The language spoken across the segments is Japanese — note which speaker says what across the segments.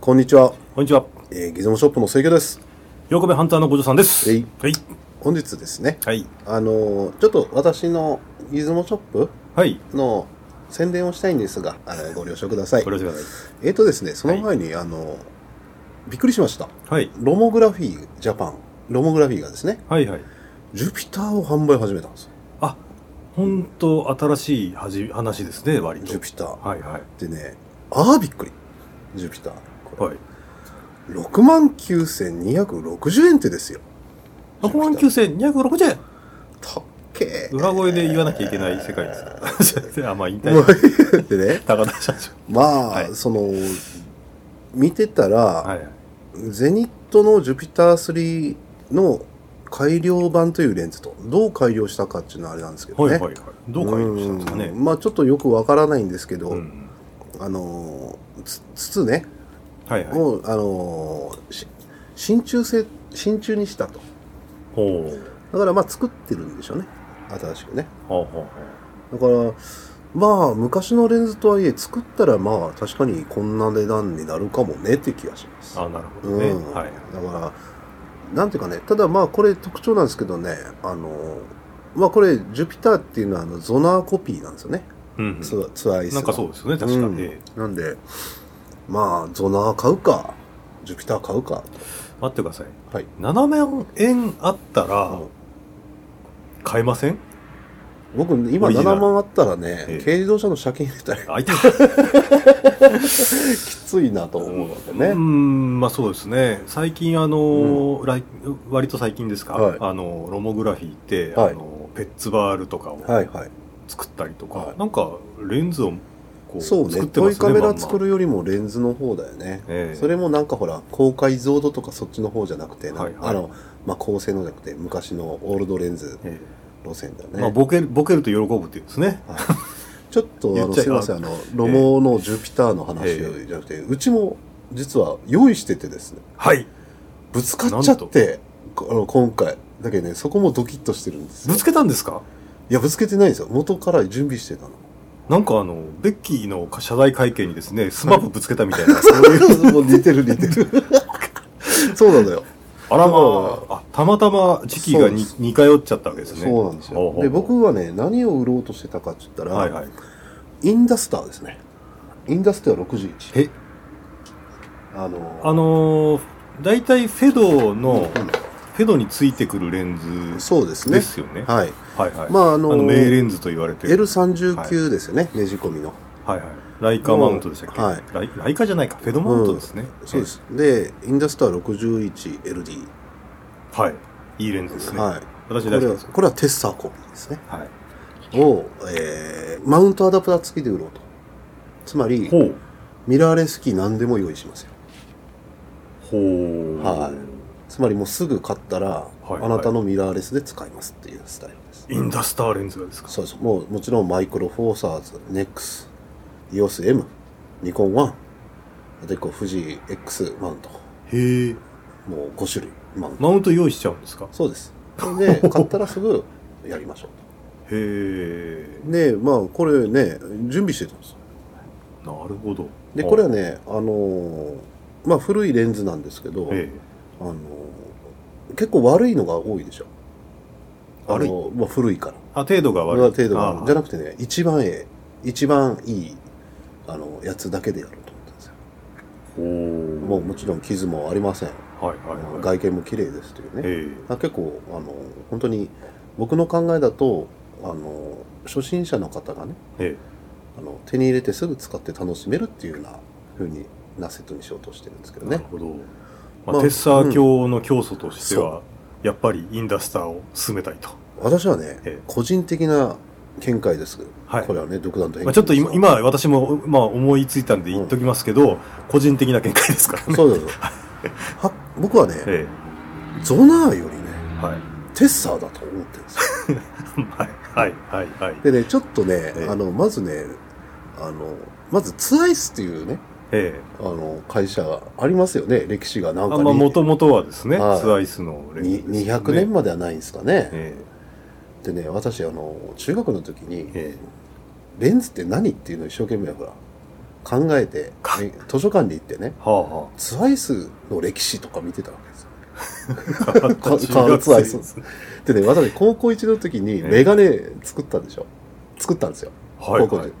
Speaker 1: こんにちは、
Speaker 2: こんにちは。
Speaker 1: えーギズモショップの清家です。
Speaker 2: 喜びハンターの五条さんです。
Speaker 1: えい
Speaker 2: はい。
Speaker 1: 本日ですね、
Speaker 2: はい。
Speaker 1: あのーちょっと私のギズモショップ
Speaker 2: はい。
Speaker 1: の宣伝をしたいんですが、あのご了承ください
Speaker 2: ご。了承ください。
Speaker 1: えっ、とですね、その前に、あのーびっくりしました。
Speaker 2: はい。
Speaker 1: ロモグラフィージャパン、ロモグラフィーがですね、
Speaker 2: はいはい。
Speaker 1: ジュピターを販売始めたんですよ。
Speaker 2: あ、本当新しいはじ話ですね、割
Speaker 1: ジュ
Speaker 2: と。
Speaker 1: ピター。
Speaker 2: はいはい。
Speaker 1: でね、ああびっくり。ジュピター。こ
Speaker 2: はい。
Speaker 1: れ69,260円ってですよ。
Speaker 2: あ、この級生260円
Speaker 1: たっけー。
Speaker 2: 裏声で言わなきゃいけない世界ですから。あ、 まあ引
Speaker 1: も
Speaker 2: 退。
Speaker 1: う でね、
Speaker 2: 高田社長。
Speaker 1: まあ、
Speaker 2: はい
Speaker 1: その見てたら、
Speaker 2: はい。
Speaker 1: ゼニットのジュピター3の改良版というレンズとどう改良したかっていうのはあれなんですけど
Speaker 2: はい
Speaker 1: ね、
Speaker 2: はいはい。どう改良したんですか
Speaker 1: う
Speaker 2: ね。
Speaker 1: んまあちょっとよくわからないんですけど、
Speaker 2: うん。
Speaker 1: あのーつ筒ね、
Speaker 2: はいはい。
Speaker 1: をあのーし真鍮製真鍮にしたと
Speaker 2: ほう。
Speaker 1: だからまあ作ってるんでしょうね新しくね
Speaker 2: ほうほうほう。
Speaker 1: だからまあ昔のレンズとはいえ作ったらまあ確かにこんな値段になるかもねっていう気がします
Speaker 2: あ、なるほどね。
Speaker 1: うん
Speaker 2: はい。
Speaker 1: だから、なんていうかね、ただまあこれ特徴なんですけどね、あの、まあこれ、ジュピターっていうのはあのゾナーコピーなんですよね、
Speaker 2: うん
Speaker 1: ツアツアーアイス
Speaker 2: なんかそう
Speaker 1: う
Speaker 2: ですよね、確か
Speaker 1: ん
Speaker 2: に。
Speaker 1: なんで、まあ、ゾナー買うか、ジュピター買うか、
Speaker 2: 待ってください。
Speaker 1: はい。
Speaker 2: 7万円あった
Speaker 1: あ
Speaker 2: ら
Speaker 1: の
Speaker 2: 買えません
Speaker 1: 僕、今
Speaker 2: オリジナル
Speaker 1: 7万あったらね、
Speaker 2: ええ
Speaker 1: 軽自動車の車検入れたら
Speaker 2: あいた
Speaker 1: きついなと思うわけ
Speaker 2: うー
Speaker 1: ね。
Speaker 2: んまあそうですね最近あの、来割と最近ですか、
Speaker 1: はい
Speaker 2: あのロモグラフィーって、
Speaker 1: はい
Speaker 2: あのペッツバールとかを
Speaker 1: はいはい。
Speaker 2: 作ったりとか、
Speaker 1: はい
Speaker 2: なんかレンズをこう
Speaker 1: そう
Speaker 2: 作
Speaker 1: ね、
Speaker 2: って
Speaker 1: ト
Speaker 2: ま
Speaker 1: イ
Speaker 2: すね
Speaker 1: カメ
Speaker 2: まん
Speaker 1: ラ
Speaker 2: ま
Speaker 1: 作るよりもレンズの方だよね。
Speaker 2: ええ
Speaker 1: それもなんかほら高解像度とかそっちの方じゃなくて、なん
Speaker 2: はいはい
Speaker 1: あのまあ、高性能じゃなくて昔のオールドレンズ
Speaker 2: え
Speaker 1: 路線だよ
Speaker 2: え
Speaker 1: ね、
Speaker 2: まあ、ボケるボケると喜ぶっていうんですね
Speaker 1: ちょっとあ
Speaker 2: 言
Speaker 1: の
Speaker 2: っちゃい
Speaker 1: すいませんあのロモのジュピターの話じ
Speaker 2: え
Speaker 1: ゃなくて、うちも実は用意しててですね
Speaker 2: はい
Speaker 1: ぶつかっちゃってこあの今回だけどねそこもドキッとしてるんですよ
Speaker 2: ぶつけたんですか
Speaker 1: いやぶつけてないんですよ元から準備してた の
Speaker 2: なんかあのベッキーの謝罪会見にですねスマップぶつけたみたいなそういう
Speaker 1: もう似てる似て るそうなのよ
Speaker 2: あらま
Speaker 1: そ
Speaker 2: ああたまたま時期がに
Speaker 1: そ
Speaker 2: 似通っちゃったわけですね
Speaker 1: そうなんです
Speaker 2: ほう
Speaker 1: よ
Speaker 2: ほう
Speaker 1: で僕はね何を売ろうとしてたかって言ったら、
Speaker 2: はいはい
Speaker 1: インダスターですね。インダスター61。
Speaker 2: え
Speaker 1: あの
Speaker 2: あのー、大体フェドの、
Speaker 1: うん
Speaker 2: フェドについてくるレンズ
Speaker 1: そうですね
Speaker 2: で。すよね。
Speaker 1: はい。
Speaker 2: はいはい。
Speaker 1: まあ、あ
Speaker 2: あ
Speaker 1: の
Speaker 2: の、名レンズと言われてる。
Speaker 1: L39 ですよね、ねじ込みの。
Speaker 2: はいはい。ライカマウントでしたっけ、
Speaker 1: はい
Speaker 2: ライライカじゃないか、フェドマウントですね。
Speaker 1: そうです。で、インダスター 61LD。
Speaker 2: え。はい。いいレンズですね。
Speaker 1: はい。
Speaker 2: 私
Speaker 1: こ
Speaker 2: 大好き
Speaker 1: れは
Speaker 2: ですよ。
Speaker 1: これはテッサーコピーですね。
Speaker 2: はい。
Speaker 1: を、えー、マウントアダプター付きで売ろうと。つまり
Speaker 2: ほ、う。
Speaker 1: ミラーレス機何でも用意しますよ。
Speaker 2: ほう。
Speaker 1: はつまりもうすぐ買ったら、
Speaker 2: いはい
Speaker 1: あなたのミラーレスで使いますっていうスタイルです。
Speaker 2: インダスターレンズがですか
Speaker 1: そうです。もう、もちろんマイクロフォーサーズ、ネックス、EOS M、ニコン1、あと1個富士 X マウント。
Speaker 2: へえ。
Speaker 1: もう5種類マウント。
Speaker 2: マウント用意しちゃうんですか
Speaker 1: そうです。で、買ったらすぐやりましょ
Speaker 2: へえ。
Speaker 1: う。で、まあ、これね、準備してたんですよ。
Speaker 2: なるほど。
Speaker 1: で、これは
Speaker 2: ね、
Speaker 1: ね、あのーまあ、古いレンズなんですけど、
Speaker 2: え
Speaker 1: あのー結構悪いのが多いでしょ。
Speaker 2: 悪い
Speaker 1: あのまあ、古いから。
Speaker 2: え。あ、程度が
Speaker 1: こ
Speaker 2: 悪
Speaker 1: れは
Speaker 2: い。
Speaker 1: 程度があるじゃ
Speaker 2: な
Speaker 1: なくてね一番ええ一番いいあのやつだけでやろうと思ったんですよ
Speaker 2: ほ
Speaker 1: も
Speaker 2: う。
Speaker 1: うもちろん傷もありません、
Speaker 2: はいはいはい。
Speaker 1: 外見も綺麗ですというね、
Speaker 2: ええ。
Speaker 1: あ結構あの本当に僕の考えだとあの初心者の方がね
Speaker 2: え
Speaker 1: あの手に入れてすぐ使って楽しめるっていうような風になセットにしようとしてるんですけど
Speaker 2: え、な
Speaker 1: ね
Speaker 2: るほど、
Speaker 1: まあ
Speaker 2: まあ、テッサー教の教祖としては、やっぱりインダスターを進めたいと、
Speaker 1: 私はね、
Speaker 2: ええ
Speaker 1: 個人的な見解です、
Speaker 2: はい
Speaker 1: これはね独断と偏見
Speaker 2: まあ、ちょっと今
Speaker 1: ですよ
Speaker 2: 今私も、まあ、思いついたんで言っときますけど、個人的な見解ですからね
Speaker 1: そうですは僕はね、
Speaker 2: え
Speaker 1: ゾナーよりね
Speaker 2: えはい
Speaker 1: テッサーだと思ってるんですよ
Speaker 2: はいはいはいはい
Speaker 1: でね、ちょっとね、
Speaker 2: ええ
Speaker 1: あの、まずね、あの、まずツアイスっていうね、
Speaker 2: ええ
Speaker 1: あの、会社がありますよね、歴史がなんか
Speaker 2: あ
Speaker 1: に、
Speaker 2: まあもともとはですね、
Speaker 1: はい
Speaker 2: ツアイスのレンズ
Speaker 1: に
Speaker 2: ですよね
Speaker 1: 200年まではないんですかね。
Speaker 2: え
Speaker 1: でね、私、あの、中学の時に
Speaker 2: え、え
Speaker 1: レンズって何っていうのを一生懸命ほら、考えて
Speaker 2: か、
Speaker 1: ね図書館に行ってね、
Speaker 2: はあは
Speaker 1: ツアイスの歴史とか見てたわけですよ。
Speaker 2: あ。変わっ
Speaker 1: か
Speaker 2: た
Speaker 1: 変わったアイス
Speaker 2: 中学生です
Speaker 1: でね、私高校1年の時にメガネ作ったんでしょ作ったんですよ。
Speaker 2: はい、
Speaker 1: 高校
Speaker 2: は
Speaker 1: で
Speaker 2: い。。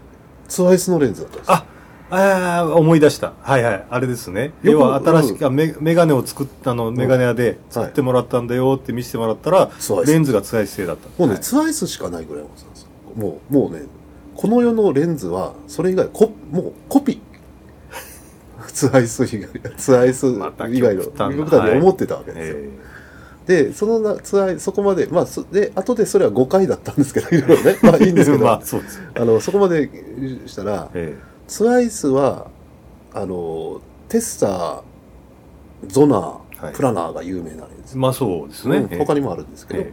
Speaker 1: ツアイスのレンズだったんですよ
Speaker 2: あああ、思い出した。はいはい。あれですね。
Speaker 1: よく
Speaker 2: 要は新しく、あメメガネを作ったの、メガネ屋で作ってもらったんだよって見せてもらったら、
Speaker 1: ツアイス。
Speaker 2: レンズが使い性だった。
Speaker 1: もうね、
Speaker 2: はい
Speaker 1: ツアイスしかないぐらいの差なんですよ。もう、もうね、この世のレンズは、それ以外、こ、もうコピー。 ツアイス以外、ツアイス
Speaker 2: また
Speaker 1: 以外の、
Speaker 2: 極端な
Speaker 1: 極端に思ってたわけですよ。
Speaker 2: え
Speaker 1: で、そのな、ツアイ、そこまで、まあ、そで、後でそれは誤解だったんですけど、いろいろね。 まあいいんですけ
Speaker 2: え
Speaker 1: ど、
Speaker 2: まあ、そうです。
Speaker 1: あの、そこまでしたら、
Speaker 2: え
Speaker 1: ツアイスは、あの、テッサー、ゾナー、
Speaker 2: えはい
Speaker 1: プラナーが有名な例です
Speaker 2: え。まあ、そうですね。
Speaker 1: うん他
Speaker 2: に
Speaker 1: にもあるんですけど、
Speaker 2: え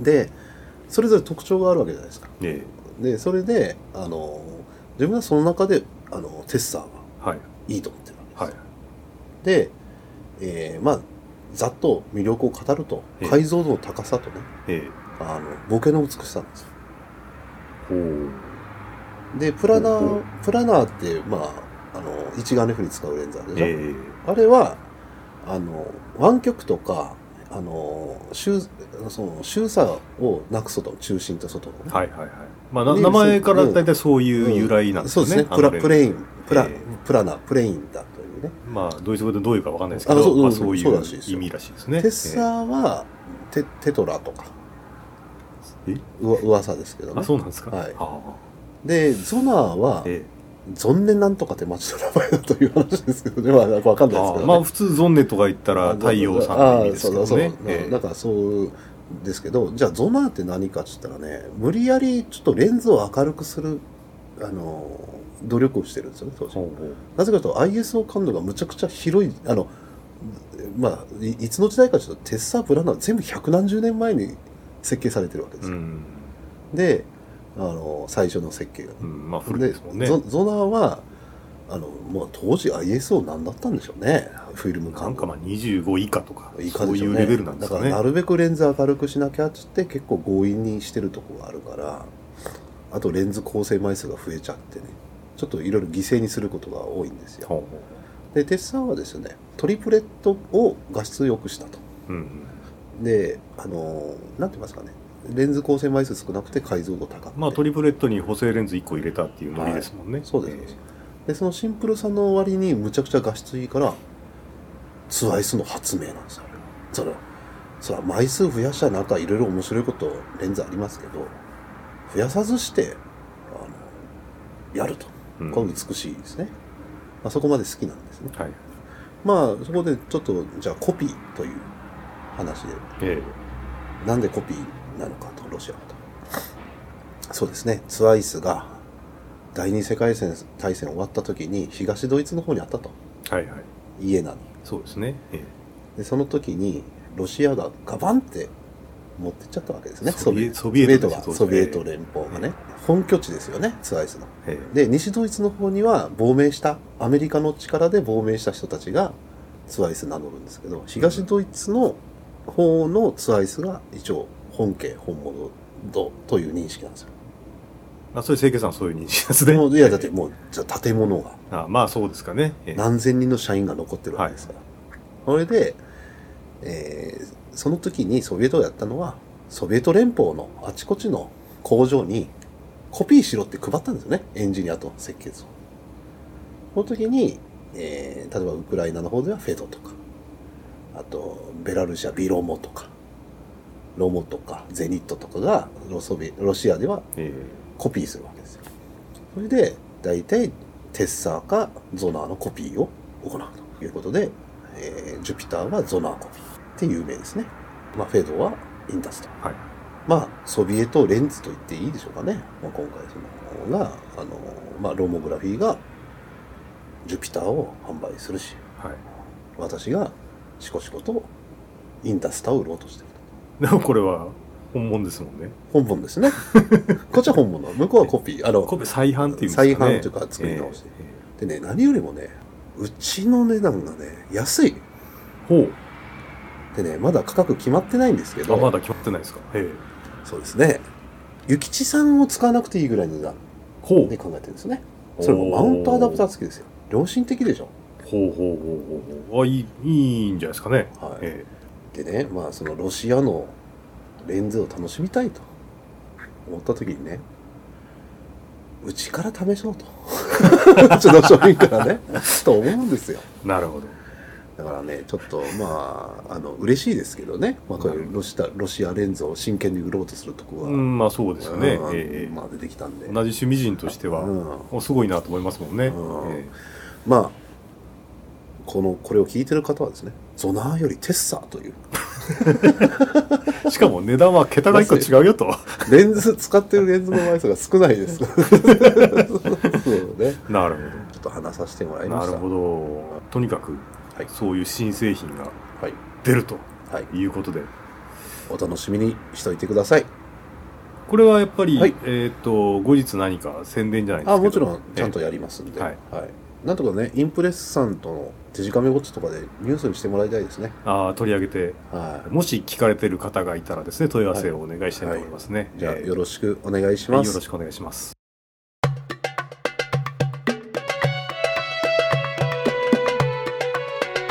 Speaker 1: で、それぞれ特徴があるわけじゃないですか。
Speaker 2: ええ
Speaker 1: でそれであの自分はその中であのテッサーが
Speaker 2: えはい。
Speaker 1: いいと思ってるわけです、
Speaker 2: はい。
Speaker 1: で、えーまあざっと魅力を語ると
Speaker 2: ええ
Speaker 1: 解像度の高さとね
Speaker 2: え
Speaker 1: あのボケの美しさなんですよ
Speaker 2: えほう。
Speaker 1: でプラナ
Speaker 2: ほうほう
Speaker 1: ープラナーってまああの一眼レフに使うレンズあるでしょ、
Speaker 2: え
Speaker 1: あれはあの湾曲とかあの周その周差をなくすと中心と外のね、
Speaker 2: えはいはいはい。まあ、な
Speaker 1: ね
Speaker 2: 名前から大体そういう由来なんです
Speaker 1: そう
Speaker 2: よ
Speaker 1: で
Speaker 2: ね。
Speaker 1: すね。プラ、
Speaker 2: あのレ
Speaker 1: プレイン、プラ、
Speaker 2: ええ
Speaker 1: プラナ、プレインだというね。
Speaker 2: まあ、ドイツ語でどういうかわかんないですけ
Speaker 1: あそう
Speaker 2: ど、まあ、
Speaker 1: そう
Speaker 2: そうい
Speaker 1: そう
Speaker 2: う
Speaker 1: らしいですよ
Speaker 2: 意味らしいですね。
Speaker 1: テッサーはテテトラとか
Speaker 2: え
Speaker 1: うわ噂ですけど
Speaker 2: えあ、
Speaker 1: ね
Speaker 2: そうなんですか。
Speaker 1: はい
Speaker 2: あ
Speaker 1: でゾナーは
Speaker 2: あえ
Speaker 1: ゾンネなんとかって町の名前だという話ですけどねまあなんかわかん
Speaker 2: え
Speaker 1: ないですけ
Speaker 2: ああ
Speaker 1: ど、ね、
Speaker 2: まあ、普通、ゾンネとか言ったら、太陽さんの意味ですけ
Speaker 1: ああそ
Speaker 2: ど
Speaker 1: うだ
Speaker 2: ね
Speaker 1: そう。だ
Speaker 2: え
Speaker 1: だ
Speaker 2: え
Speaker 1: からそうですけどじゃあゾナーって何かって言ったらね無理やりちょっとレンズを明るくするあの努力をしてるんですよね当時
Speaker 2: ほうほう
Speaker 1: なぜかというと ISO 感度がむちゃくちゃ広いあのまあいいつの時代かちょっとテッサープラナー全部百何十年前に設計されてるわけです
Speaker 2: う
Speaker 1: よ、
Speaker 2: ん。
Speaker 1: であの最初の設計が、
Speaker 2: うんまあ、古い
Speaker 1: で
Speaker 2: ですもんね。
Speaker 1: ゾゾナーはあのもう当時 ISO 何だったんでしょうねフィルム
Speaker 2: な
Speaker 1: 感
Speaker 2: んか
Speaker 1: 度
Speaker 2: まあ25以下とか、
Speaker 1: いか
Speaker 2: そ
Speaker 1: で
Speaker 2: う
Speaker 1: し
Speaker 2: い
Speaker 1: ょう
Speaker 2: う
Speaker 1: ね
Speaker 2: レベルなんです
Speaker 1: だ
Speaker 2: か
Speaker 1: から
Speaker 2: ね。
Speaker 1: なるべくレンズ明るくしなきゃっつって結構強引にしてるとこがあるからあとレンズ構成枚数が増えちゃってねちょっといろいろ犠牲にすることが多いんですよ
Speaker 2: ほうほ
Speaker 1: でテッサーはですねトリプレットを画質良くしたと
Speaker 2: ううん
Speaker 1: であのーなんて言いますかねレンズ構成枚数少なくて解像度高くて、
Speaker 2: まあトリプレットに補正レンズ1個入れたっていうノリですもんね。
Speaker 1: そうですそうですでそのシンプルさの割にむちゃくちゃ画質いいからツアイスの発明なんですよそれはそれは枚数増やしたらなんかいろいろ面白いことレンズありますけど増やさずしてあのやると
Speaker 2: うん
Speaker 1: これ美しいですね、まあ、そこまで好きなんですね
Speaker 2: はい。
Speaker 1: まあそこでちょっとじゃあコピーという話で
Speaker 2: え
Speaker 1: なんでコピーなのかとロシアはとそうですねツアイスが第二次世界大戦終わった時に東ドイツの方にあったと
Speaker 2: えはいはい。
Speaker 1: イエナに
Speaker 2: そうですね。え
Speaker 1: でその時にロシアがガバンって持ってっちゃったわけです
Speaker 2: え
Speaker 1: ね
Speaker 2: ソビエ
Speaker 1: ソ
Speaker 2: ソ
Speaker 1: ビ
Speaker 2: ビ
Speaker 1: エ
Speaker 2: エ
Speaker 1: ト
Speaker 2: ト
Speaker 1: が
Speaker 2: です
Speaker 1: ソビエト連邦がね、本拠地ですよねツアイスの
Speaker 2: ええ
Speaker 1: で西ドイツの方には亡命したアメリカの力で亡命した人たちがツアイス名乗るんですけど東ドイツの方のツアイスが一応本家本物とという認識なんですよ。
Speaker 2: あそういう清家さんはそういう認識です
Speaker 1: でも
Speaker 2: ね。
Speaker 1: いやだってもうじゃあ建物が
Speaker 2: あまあそうですかね。ええ
Speaker 1: 何千人の社員が残ってるわけですから、それで、えーその時にソビエトがやったのはソビエト連邦のあちこちの工場にコピーしろって配ったんですよねエンジニアと設計図をその時に、えー例えばウクライナの方ではフェドとかあとベラルーシはビロモとかロモとかゼニットとかがロソビロシアでは
Speaker 2: え
Speaker 1: コピーするわけですよ。それで、大体、テッサーかゾナーのコピーを行うということで、えージュピターはゾナーコピーって有名ですね。まあ、フェードはインダスト。
Speaker 2: はい
Speaker 1: まあ、ソビエトレンズと言っていいでしょうかね。まあ、今回その、が、あの、まあ、ローモグラフィーが、ジュピターを販売するし、
Speaker 2: えはい。
Speaker 1: 私がシコシコとインダスターを売ろうとしていると。
Speaker 2: でもこれは本物ですもんね。
Speaker 1: 本物です ね。こっちは本物。向こうはコピー。あの、
Speaker 2: コピー再販っていうんですかね。
Speaker 1: 再販というか作り直して
Speaker 2: ええ
Speaker 1: でね、何よりもね、うちの値段がね、安い。
Speaker 2: ええほ
Speaker 1: でね、まだ価格決まってないんですけ
Speaker 2: う。あ
Speaker 1: ど、
Speaker 2: まだ決まってないですか。ええ
Speaker 1: そうですね、諭吉さんを使わなくていいぐらいの値段
Speaker 2: ほう
Speaker 1: で。考えてるんですね。
Speaker 2: あ
Speaker 1: それもマウントアダプター付きですよ良心的でしょ
Speaker 2: ほうほうほうほうほうあいいいいんじゃないですかね、
Speaker 1: はい
Speaker 2: え
Speaker 1: でねまあそのロシアのレンズを楽しみたいと思った時にねうちから試そうと うちの商品からねと思うんですよ
Speaker 2: えなるほど
Speaker 1: だからねちょっとまああの嬉しいですけどね、まあ、こういうロシアロシアレンズを真剣に売ろうとするとこ
Speaker 2: う
Speaker 1: が、
Speaker 2: んまあそうですよね、
Speaker 1: うん
Speaker 2: ええ
Speaker 1: まあ、出てきたんで、
Speaker 2: 同じ趣味人としては、
Speaker 1: うん
Speaker 2: おすごいなと思いますもんね、
Speaker 1: うん
Speaker 2: え
Speaker 1: まあこのこれを聞いてる方はですねゾナーよりテッサーという
Speaker 2: えしかも値段は桁が一個違うよと
Speaker 1: レンズ使ってるレンズの枚数が少ないです そうね
Speaker 2: なるほど
Speaker 1: ちょっと話させてもらいま
Speaker 2: な
Speaker 1: し
Speaker 2: る
Speaker 1: た。
Speaker 2: ほど。とにかく、
Speaker 1: はい
Speaker 2: そういう新製品が
Speaker 1: はい。
Speaker 2: 出ると
Speaker 1: はい。
Speaker 2: いうことで、
Speaker 1: お楽しみにしといてください。
Speaker 2: これはやっぱり、
Speaker 1: はい
Speaker 2: えっ、と、後日何か宣伝じゃないです
Speaker 1: あ、
Speaker 2: か。
Speaker 1: もちろん、ちゃんとやりますんで。
Speaker 2: ええ
Speaker 1: はい。なんとかね、インプレスさんとのデジカメウォッチとかでニュースにしてもらいたいですね。
Speaker 2: ああ取り上げて、
Speaker 1: は
Speaker 2: もし聞かれてる方がいたらですね、問い合わせをお願いしたいと思いますね。
Speaker 1: い。じゃあ、
Speaker 2: えー
Speaker 1: よろしくお願いし
Speaker 2: は
Speaker 1: ま
Speaker 2: いよ
Speaker 1: す
Speaker 2: ろ。しくお願いします。
Speaker 3: いつもキャスト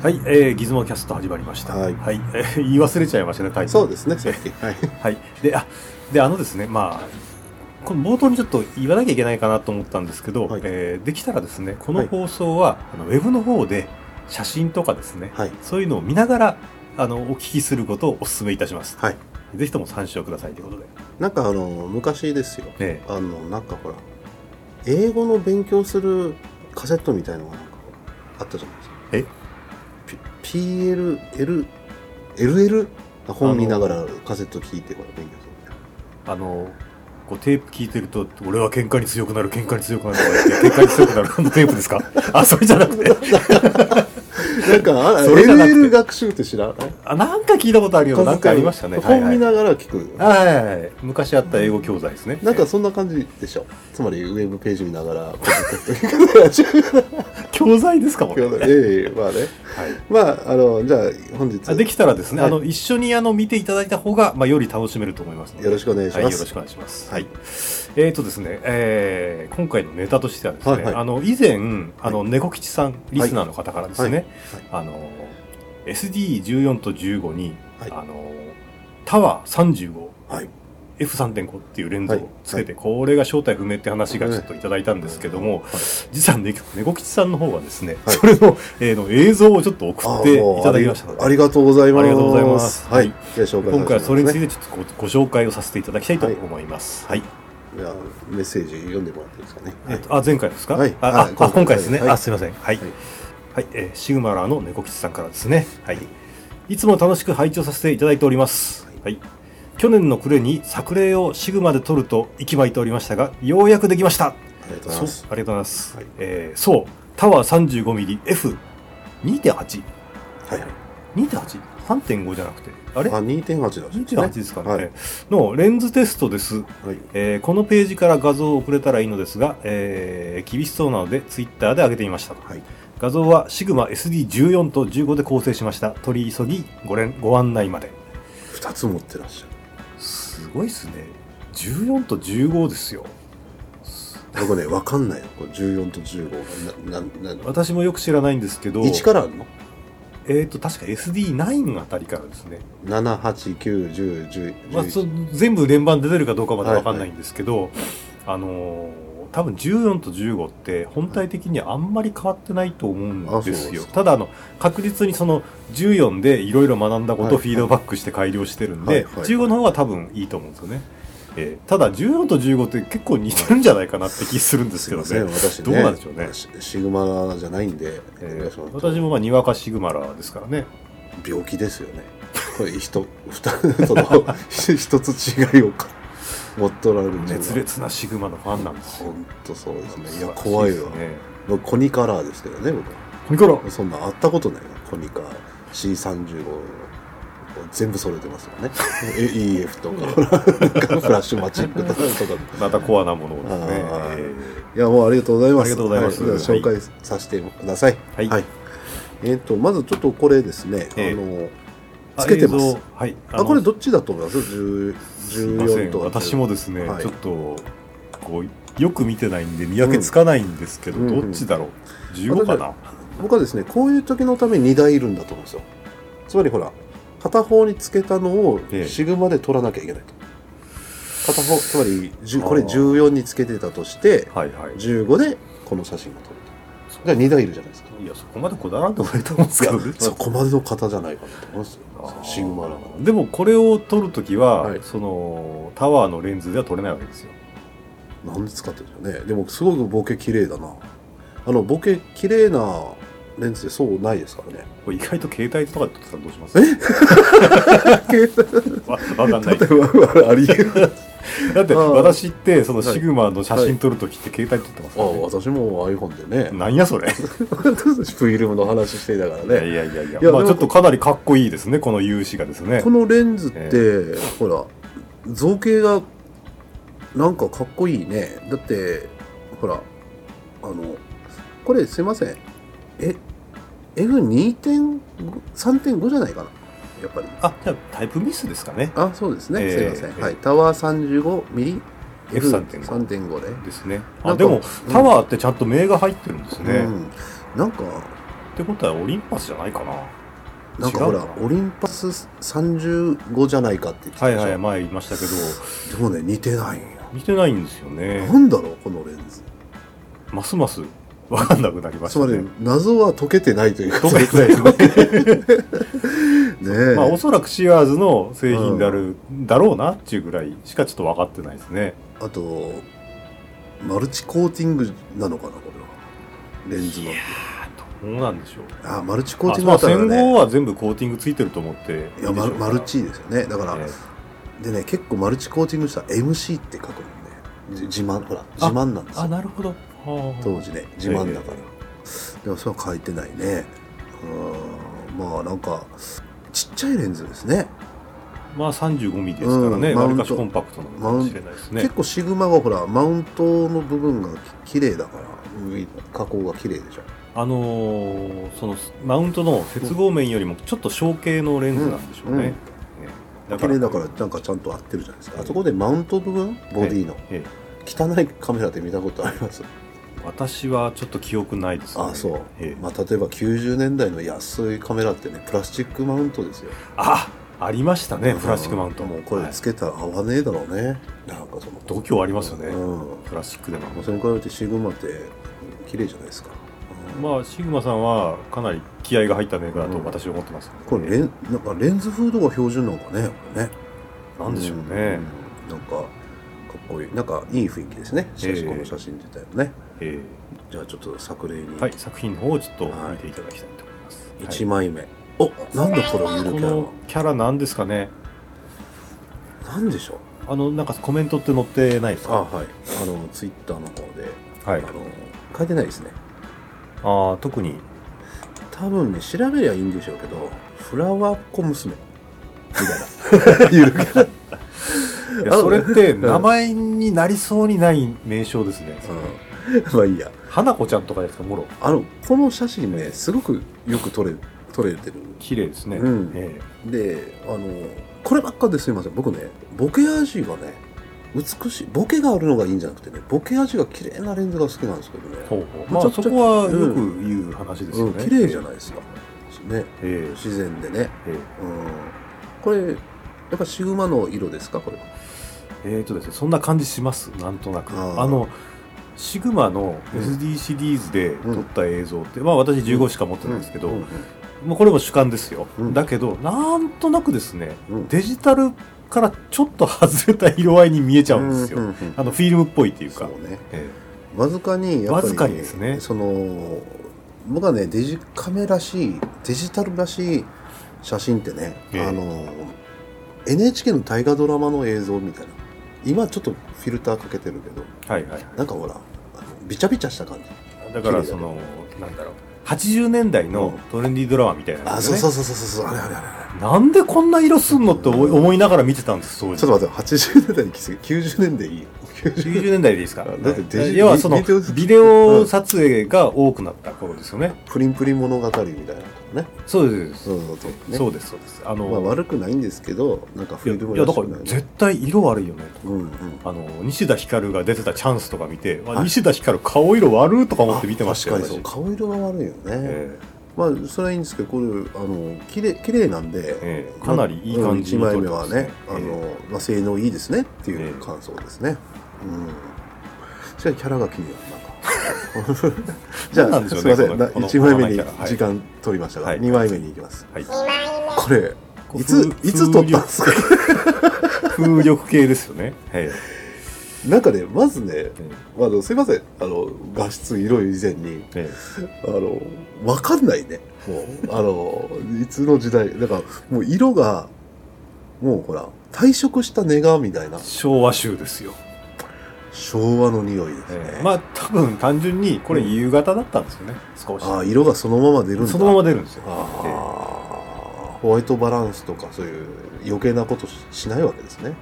Speaker 2: はい、えー、ギズモキャスト始まりました。
Speaker 1: はい
Speaker 2: えー言い忘れちゃいましたね、タイ
Speaker 1: そ
Speaker 2: トル
Speaker 1: うですね、さっき。はい。
Speaker 2: はい。で、あ、で、あのですね、まあ、この冒頭にちょっと言わなきゃいけないかなと思ったんですけど、
Speaker 1: はい
Speaker 2: えーできたらですね、こ
Speaker 1: は
Speaker 2: の
Speaker 1: い
Speaker 2: 放送は、あのウェブの方で写真とかですね、
Speaker 1: はい。
Speaker 2: そういうのを見ながら、あの、お聞きすることをお勧めいたします。
Speaker 1: はい。
Speaker 2: ぜひとも参照くださいということで。
Speaker 1: なんか、あの、昔ですよ。
Speaker 2: ええ
Speaker 1: あの、なんかほら、英語の勉強するカセットみたいのがなんかあったじゃないですか。
Speaker 2: え
Speaker 1: ピ ?PLL、LL? 本見ながらカセット聞いてから勉強する。
Speaker 2: あの、こうテープ聞いてると、俺は喧嘩に強くなる、喧嘩に強くなるとか言って、喧嘩に強くなる、あのテープ ですかあ、それじゃなくて。
Speaker 1: なんか、あ
Speaker 2: それじゃなくて
Speaker 1: LL 学習って知らない
Speaker 2: あ、なんか聞いたことあるよ。なんかありましたね。はい
Speaker 1: 本
Speaker 2: は
Speaker 1: 見
Speaker 2: い。
Speaker 1: ながら聞く。
Speaker 2: はいはいはい。昔あった英語教材ですね。
Speaker 1: なんかそんな感じでしょ。つまり、ウェブページ見なが ら、ポッドキャスト聞く
Speaker 2: 教材ですかもんね。
Speaker 1: ええまあね。
Speaker 2: はい
Speaker 1: まあ、あの、じゃあ、本日。
Speaker 2: あできたらですね、
Speaker 1: はい
Speaker 2: あの一緒にあの見ていただいた方が、まあ、より楽しめると思いますので
Speaker 1: よろしくお願いします
Speaker 2: はい、よろしくお願いします、はいえーとですねえー今回のネタとしてはですね、
Speaker 1: はいはい
Speaker 2: あの以前あの猫吉さんリスナーの方からですね、あの SD14 と15に、
Speaker 1: はい
Speaker 2: あのタワー35
Speaker 1: はい。
Speaker 2: F3.5 っていうレンズ
Speaker 1: はい
Speaker 2: をつけて、これが正体不明って話がちょっといただいたんですけども、実はね猫吉さんの方はですね、
Speaker 1: はい
Speaker 2: それの,、えーの映像をちょっと送っていただきましたので
Speaker 1: ありがとうございます。
Speaker 2: ありがとうございます
Speaker 1: はい。
Speaker 2: は
Speaker 1: じゃあ、紹介させてもらいますね
Speaker 2: 今回はそれについてちょっとごご紹介をさせていただきたいと思います。はい。
Speaker 1: じゃあメッセージ読んでもらっていいですかね。
Speaker 2: えっと、あ、前回ですか
Speaker 1: はい
Speaker 2: あ、
Speaker 1: はい
Speaker 2: ああ今回ですね。
Speaker 1: はい
Speaker 2: あ、すいません。はい。
Speaker 1: はい
Speaker 2: はい。えーシグマラーの猫吉さんからですね。はい。いつも楽しく拝聴させていただいております。はい。去年の暮れに作例をシグマで撮ると息巻いておりましたが、ようやくできました。
Speaker 1: ありがとうござい
Speaker 2: そう
Speaker 1: ます。
Speaker 2: ありがとうございます。
Speaker 1: はい
Speaker 2: えーそう、タワー 35mmF2.8。
Speaker 1: はいはい。
Speaker 2: 2.8?3.5 じゃなくて、あれ
Speaker 1: あ、2.8だし、
Speaker 2: ?2.8 ですかね、
Speaker 1: はい。
Speaker 2: のレンズテストです。
Speaker 1: はい。
Speaker 2: えーこのページから画像を送れたらいいのですが、えー厳しそうなのでツイッターで上げてみましたと、
Speaker 1: はい
Speaker 2: 画像はシグマ SD14 と15で構成しました取り急ぎご連ご案内まで
Speaker 1: 2つ持ってらっしゃる。
Speaker 2: すごいですね14と15ですよ
Speaker 1: 僕ね、わかんないの。これ14と15が。な、な、な、
Speaker 2: 私もよく知らないんですけど
Speaker 1: 1からあるの
Speaker 2: えっ、と確か SD9 あたりからですね、
Speaker 1: 7、8、9、10、11。
Speaker 2: まあ、そ全部連番出てるかどうかまだわかんないんですけど、あのー多分14と15って本体的にはあんまり変わってないと思うんで
Speaker 1: あそう
Speaker 2: す
Speaker 1: で
Speaker 2: よ。
Speaker 1: すか
Speaker 2: ただあの確実にその14でいろいろ学んだこと
Speaker 1: はい
Speaker 2: をフィードバックして改良してるんで、
Speaker 1: はいはいはい
Speaker 2: 15の方が多分いいと思うんですよね。えーただ14と15って結構似てるんじゃないかなって気するんです
Speaker 1: すい
Speaker 2: けど
Speaker 1: ません、
Speaker 2: ね。
Speaker 1: 私ね。
Speaker 2: どうなんでしょうね
Speaker 1: シシグマじゃないんで、お願
Speaker 2: え
Speaker 1: いし
Speaker 2: ー
Speaker 1: ます
Speaker 2: 私もまあにわかシグマラーですからね。
Speaker 1: 病気ですよね。これ、人、二、その、 一つ違いをか持っとられる自分
Speaker 2: 熱烈なシグマのファンなんですよ
Speaker 1: ほ。んとそうですね。いや、
Speaker 2: 素晴らし
Speaker 1: 怖い
Speaker 2: で
Speaker 1: わ
Speaker 2: す。ね。
Speaker 1: 僕、コニカラーですけどね、僕は。
Speaker 2: これから
Speaker 1: そんなんあったことないよ。コニカ C35 全部揃えてますよね。 え EF とか、なんかフラッシュマチックとかとか。
Speaker 2: またコアなものをですね。
Speaker 1: あー
Speaker 2: えー
Speaker 1: いや、もうありがとうございます。
Speaker 2: ありがとうございます
Speaker 1: はじゃあ紹介させてください。
Speaker 2: はい
Speaker 1: えっ、と、まずちょっとこれですね、
Speaker 2: ええ
Speaker 1: あの、つけてます
Speaker 2: あ映像はい。
Speaker 1: あこれどっちだと思います10
Speaker 2: すいませ
Speaker 1: 14
Speaker 2: ん
Speaker 1: と
Speaker 2: 私もですね、
Speaker 1: はい
Speaker 2: ちょっとこうよく見てないんで見分けつかないんですけど、
Speaker 1: うんうんうん
Speaker 2: どっちだろう15かな
Speaker 1: 僕はですねこういう時のために2台いるんだと思うんですよつまりほら片方につけたのを
Speaker 2: ええ
Speaker 1: シグマで取らなきゃいけないと片方つまり10
Speaker 2: あー
Speaker 1: これ14につけてたとして
Speaker 2: はいはい
Speaker 1: 15でここの写真が撮るとだから2台いるじゃないですか
Speaker 2: いやそこまでこだわらんでもいいと思うんですけどね
Speaker 1: いやそこまでの型じゃないかなと思うんですよ
Speaker 2: あー
Speaker 1: シグマだから
Speaker 2: でもこれを撮るときは、
Speaker 1: はい
Speaker 2: そのタワーのレンズでは撮れないわけですよ
Speaker 1: なんで使ってるんだよねでもすごくボケ綺麗だなあのボケ綺麗なレンズでそうないですからね
Speaker 2: これ意外と携帯とかで撮ってたらどうしますえ
Speaker 1: 携
Speaker 2: わわかんない
Speaker 1: 帯はあありえる
Speaker 2: だって
Speaker 1: あー
Speaker 2: 私ってその
Speaker 1: はい
Speaker 2: シグマの写真撮るときって携帯撮ってます
Speaker 1: あ
Speaker 2: からね、
Speaker 1: 私も iPhone でね
Speaker 2: なんやそれ、
Speaker 1: フィルムの話していたから
Speaker 2: いや
Speaker 1: ね
Speaker 2: いやいやいや
Speaker 1: いや
Speaker 2: まあ
Speaker 1: で
Speaker 2: ち
Speaker 1: も
Speaker 2: ょっとかなりかっこいいですねこの有志がですね
Speaker 1: このレンズって、
Speaker 2: え
Speaker 1: ほら造形がなんかかっこいいねだってほらあのこれすいませんえ F2.3.5 じゃないかなやっぱり
Speaker 2: あじゃあタイプミスですかね
Speaker 1: あそうですね、
Speaker 2: えー
Speaker 1: すいませ
Speaker 2: えー
Speaker 1: ん、はい、タワー 35mm
Speaker 2: F3.5
Speaker 1: F3.5 で、
Speaker 2: ですね。
Speaker 1: な
Speaker 2: あ
Speaker 1: んか
Speaker 2: でも、
Speaker 1: うん
Speaker 2: タワーってちゃんと銘が入ってるんですね。
Speaker 1: う
Speaker 2: っ
Speaker 1: ん、なんか
Speaker 2: てことはオリンパスじゃないかな。
Speaker 1: なんかほ
Speaker 2: 違
Speaker 1: ら
Speaker 2: うかな
Speaker 1: オリンパス35じゃないかって言ってた
Speaker 2: は
Speaker 1: で
Speaker 2: い
Speaker 1: しょ
Speaker 2: はい、前言いましたけ
Speaker 1: で
Speaker 2: ど、
Speaker 1: もね似てないんよ
Speaker 2: 似てないんですよね。
Speaker 1: なんだろうこのレンズ
Speaker 2: ますますわかんなくなりまし
Speaker 1: つ
Speaker 2: た
Speaker 1: まり
Speaker 2: ね。
Speaker 1: 謎は解けてないというか
Speaker 2: どこ行ったらいい
Speaker 1: ねえ、
Speaker 2: のまあ、おそらくシアーズの製品である、だろうなっていうぐらいしかちょっと分かってないですね。
Speaker 1: あ、とマルチコーティングなのかなこれはレンズの
Speaker 2: そうなんでしょう。
Speaker 1: あマルチコーティン
Speaker 2: あ
Speaker 1: グだ
Speaker 2: まあ、
Speaker 1: ったら
Speaker 2: 戦後
Speaker 1: ね
Speaker 2: は全部コーティングついてると思っていいで
Speaker 1: い
Speaker 2: し
Speaker 1: や
Speaker 2: ょうか
Speaker 1: マ
Speaker 2: ら。
Speaker 1: ルマルチですよねだから、
Speaker 2: え
Speaker 1: でね結構マルチコーティングしたら MC って書くのねじ自慢ほら自慢なんです
Speaker 2: あ、
Speaker 1: よ
Speaker 2: なるほど。はあ
Speaker 1: 当時ね自慢だから、
Speaker 2: え
Speaker 1: でもそれは書いてないねうんまあなんかちっちゃいレンズですね
Speaker 2: まあ35ミリですからね、
Speaker 1: うんマ
Speaker 2: わ
Speaker 1: ウ
Speaker 2: り
Speaker 1: ント
Speaker 2: かしコンパクトなのかもしれないですね
Speaker 1: 結。構シグマがほらマウントの部分がき綺麗だから上加工が綺麗でしょ
Speaker 2: あのーそのマウントの接合面よりもちょっと小径のレンズなんでしょうね。
Speaker 1: うんうん
Speaker 2: ねだ
Speaker 1: 綺麗だからなんかちゃんと合ってるじゃないですか、あそこでマウント部分ボディの、
Speaker 2: ええ
Speaker 1: 汚いカメラで見たことあります、
Speaker 2: 私はちょっと記憶ないですね。
Speaker 1: あそう、
Speaker 2: ええ
Speaker 1: まあ、例えば90年代の安いカメラってねプラスチックマウントですよ
Speaker 2: あありましたね、プラスチックマウント。
Speaker 1: うんもうこれ
Speaker 2: はい
Speaker 1: つけたら合わねえだろうね、なんかその
Speaker 2: 度胸ありますよね、
Speaker 1: うん
Speaker 2: プラスチックでも。
Speaker 1: まあそれに比べてシグマって綺麗じゃないですか、うん
Speaker 2: まあ、シグマさんはかなり気合が入ったメーカーだ
Speaker 1: う
Speaker 2: と
Speaker 1: ん
Speaker 2: 私は思ってます、
Speaker 1: これレンなんかレンズフードが標準なのかねこれね
Speaker 2: なんでしょうね。
Speaker 1: うんなんかかっこいいなんかいい雰囲気ですねしかしこの写真自体もね、
Speaker 2: え
Speaker 1: じゃあちょっと作例に
Speaker 2: えはい、作品の方をちょっと見ていただきたいと思います。はい
Speaker 1: 1枚目、おなんだこれゆる
Speaker 2: こ
Speaker 1: キャ
Speaker 2: のキャラなんですかね
Speaker 1: ラなんでしょう
Speaker 2: あの、なんかコメントって載ってないです
Speaker 1: あ
Speaker 2: か
Speaker 1: はいあのツイッターの方で、
Speaker 2: は
Speaker 1: あの書いてないですね
Speaker 2: ああ特に
Speaker 1: 多分ね調べりゃいいんでしょうけどフラワーっ子 娘みたいなゆるキャラ、
Speaker 2: いや
Speaker 1: あの
Speaker 2: それって
Speaker 1: ん
Speaker 2: 名前になりそうにない名称ですね、
Speaker 1: うん、まあいいや
Speaker 2: 花子ちゃんとかですかもろ
Speaker 1: あのこの写真ねすごくよく撮れ撮れてる
Speaker 2: 綺麗ですね、
Speaker 1: うん
Speaker 2: え
Speaker 1: であのこればっかですいません僕ねボケ味がね美しいボケがあるのがいいんじゃなくてねボケ味が綺麗なレンズが好きなんですけどね
Speaker 2: えほうほう
Speaker 1: ま
Speaker 2: ま
Speaker 1: あ
Speaker 2: あ
Speaker 1: ちょ
Speaker 2: そ
Speaker 1: っと
Speaker 2: こはよく言う話ですよ
Speaker 1: うん
Speaker 2: ね、
Speaker 1: 綺麗じゃないですか、ね
Speaker 2: ええ
Speaker 1: 自然でね、
Speaker 2: え
Speaker 1: うん、これやっぱシグマの色ですかこれは
Speaker 2: ええーとですねそんな感じしますなんとなく
Speaker 1: あー
Speaker 2: あのシグマの
Speaker 1: うん
Speaker 2: SD シリーズで撮った映像って、まあ私15しか持ってないんですけど、
Speaker 1: うん
Speaker 2: まあ、これも主観ですよ、
Speaker 1: うん
Speaker 2: だけどなんとなくですね
Speaker 1: うん
Speaker 2: デジタルからちょっと外れた色合いに見えちゃうんですよ、
Speaker 1: うんうんうん
Speaker 2: あのフィルムっぽいっていう
Speaker 1: そ
Speaker 2: か、
Speaker 1: うね
Speaker 2: え
Speaker 1: わずかにやっぱり、
Speaker 2: わずかにですね
Speaker 1: その僕はねデジカメらしいデジタルらしい写真ってね、
Speaker 2: ええ
Speaker 1: あの NHK の大河ドラマの映像みたいな今ちょっとフィルターかけてるけど
Speaker 2: えはいはいはい
Speaker 1: なんかほらあのビチャビチャした感じ
Speaker 2: だからその、なんだろう80年代のトレンディードラマみたいな、ね
Speaker 1: あそうそうそうそうそうあれあれあれあ
Speaker 2: なんでこんな色すんのって思い思いながら見てたんです当
Speaker 1: れ
Speaker 2: 時
Speaker 1: ちょっと待って80年代に行き過ぎ90年代いいよ
Speaker 2: 90年代でいいですか
Speaker 1: だってデジ
Speaker 2: 要はその
Speaker 1: ビデオです
Speaker 2: ビデオ撮影が多くなった頃ですよね。
Speaker 1: プリンプリン物語みたいなのね。
Speaker 2: そうです、
Speaker 1: そうそうそうね
Speaker 2: そうですそうです。あの、
Speaker 1: まあ悪くないんですけど、なんか
Speaker 2: いや
Speaker 1: 古
Speaker 2: い
Speaker 1: いも
Speaker 2: や
Speaker 1: ら
Speaker 2: だ
Speaker 1: し
Speaker 2: か
Speaker 1: く
Speaker 2: ら
Speaker 1: ない
Speaker 2: 絶対色悪いよね。
Speaker 1: うんうん。
Speaker 2: あの西田ひかるが出てたチャンスとか見て、あ
Speaker 1: はい
Speaker 2: 西田ひかる顔色悪いとか思って見てましたよ
Speaker 1: 確かにそう。
Speaker 2: 私
Speaker 1: 顔色が悪いよね。
Speaker 2: え
Speaker 1: まあそれはいいんですけど、これあの綺麗綺麗なんで、
Speaker 2: ええかなりいい感じに
Speaker 1: まあうん一
Speaker 2: 撮れ
Speaker 1: 枚目
Speaker 2: てま
Speaker 1: は
Speaker 2: すね
Speaker 1: ね、あのまあ性能いいですねっていう感想ですね。うん。じゃあキャラが気にな るなんか。じゃ
Speaker 2: な
Speaker 1: あ、
Speaker 2: んでしょう
Speaker 1: す
Speaker 2: ね
Speaker 1: みませ
Speaker 2: こ
Speaker 1: ん。
Speaker 2: の
Speaker 1: な
Speaker 2: この
Speaker 1: 一枚目に
Speaker 2: この前から
Speaker 1: 時間取りました
Speaker 2: は
Speaker 1: が、
Speaker 2: い
Speaker 1: 二枚目に行きます。
Speaker 2: えはい
Speaker 3: 2枚目
Speaker 1: これ
Speaker 2: こう
Speaker 1: いつ
Speaker 2: 風
Speaker 1: いつ撮ったんですか。
Speaker 2: 風力系ですよね。はい。
Speaker 1: なんかね、まずね、
Speaker 2: え
Speaker 1: まああの、すいません、あの、画質色以前に、
Speaker 2: え
Speaker 1: あの、わかんないね。もう、あの、いつの時代、だから、もう色が、もうほら、退色したネガみたいな、
Speaker 2: 昭和集ですよ。
Speaker 1: 昭和の匂いですね。
Speaker 2: ええまあ多分単純にこれ夕方だったんですよね。少し。
Speaker 1: ああ、色がそのまま出るんだ。
Speaker 2: そのまま出るんですよ。
Speaker 1: あ
Speaker 2: ええ
Speaker 1: あ、ホワイトバランスとか、そういう余計なことししないわけですね。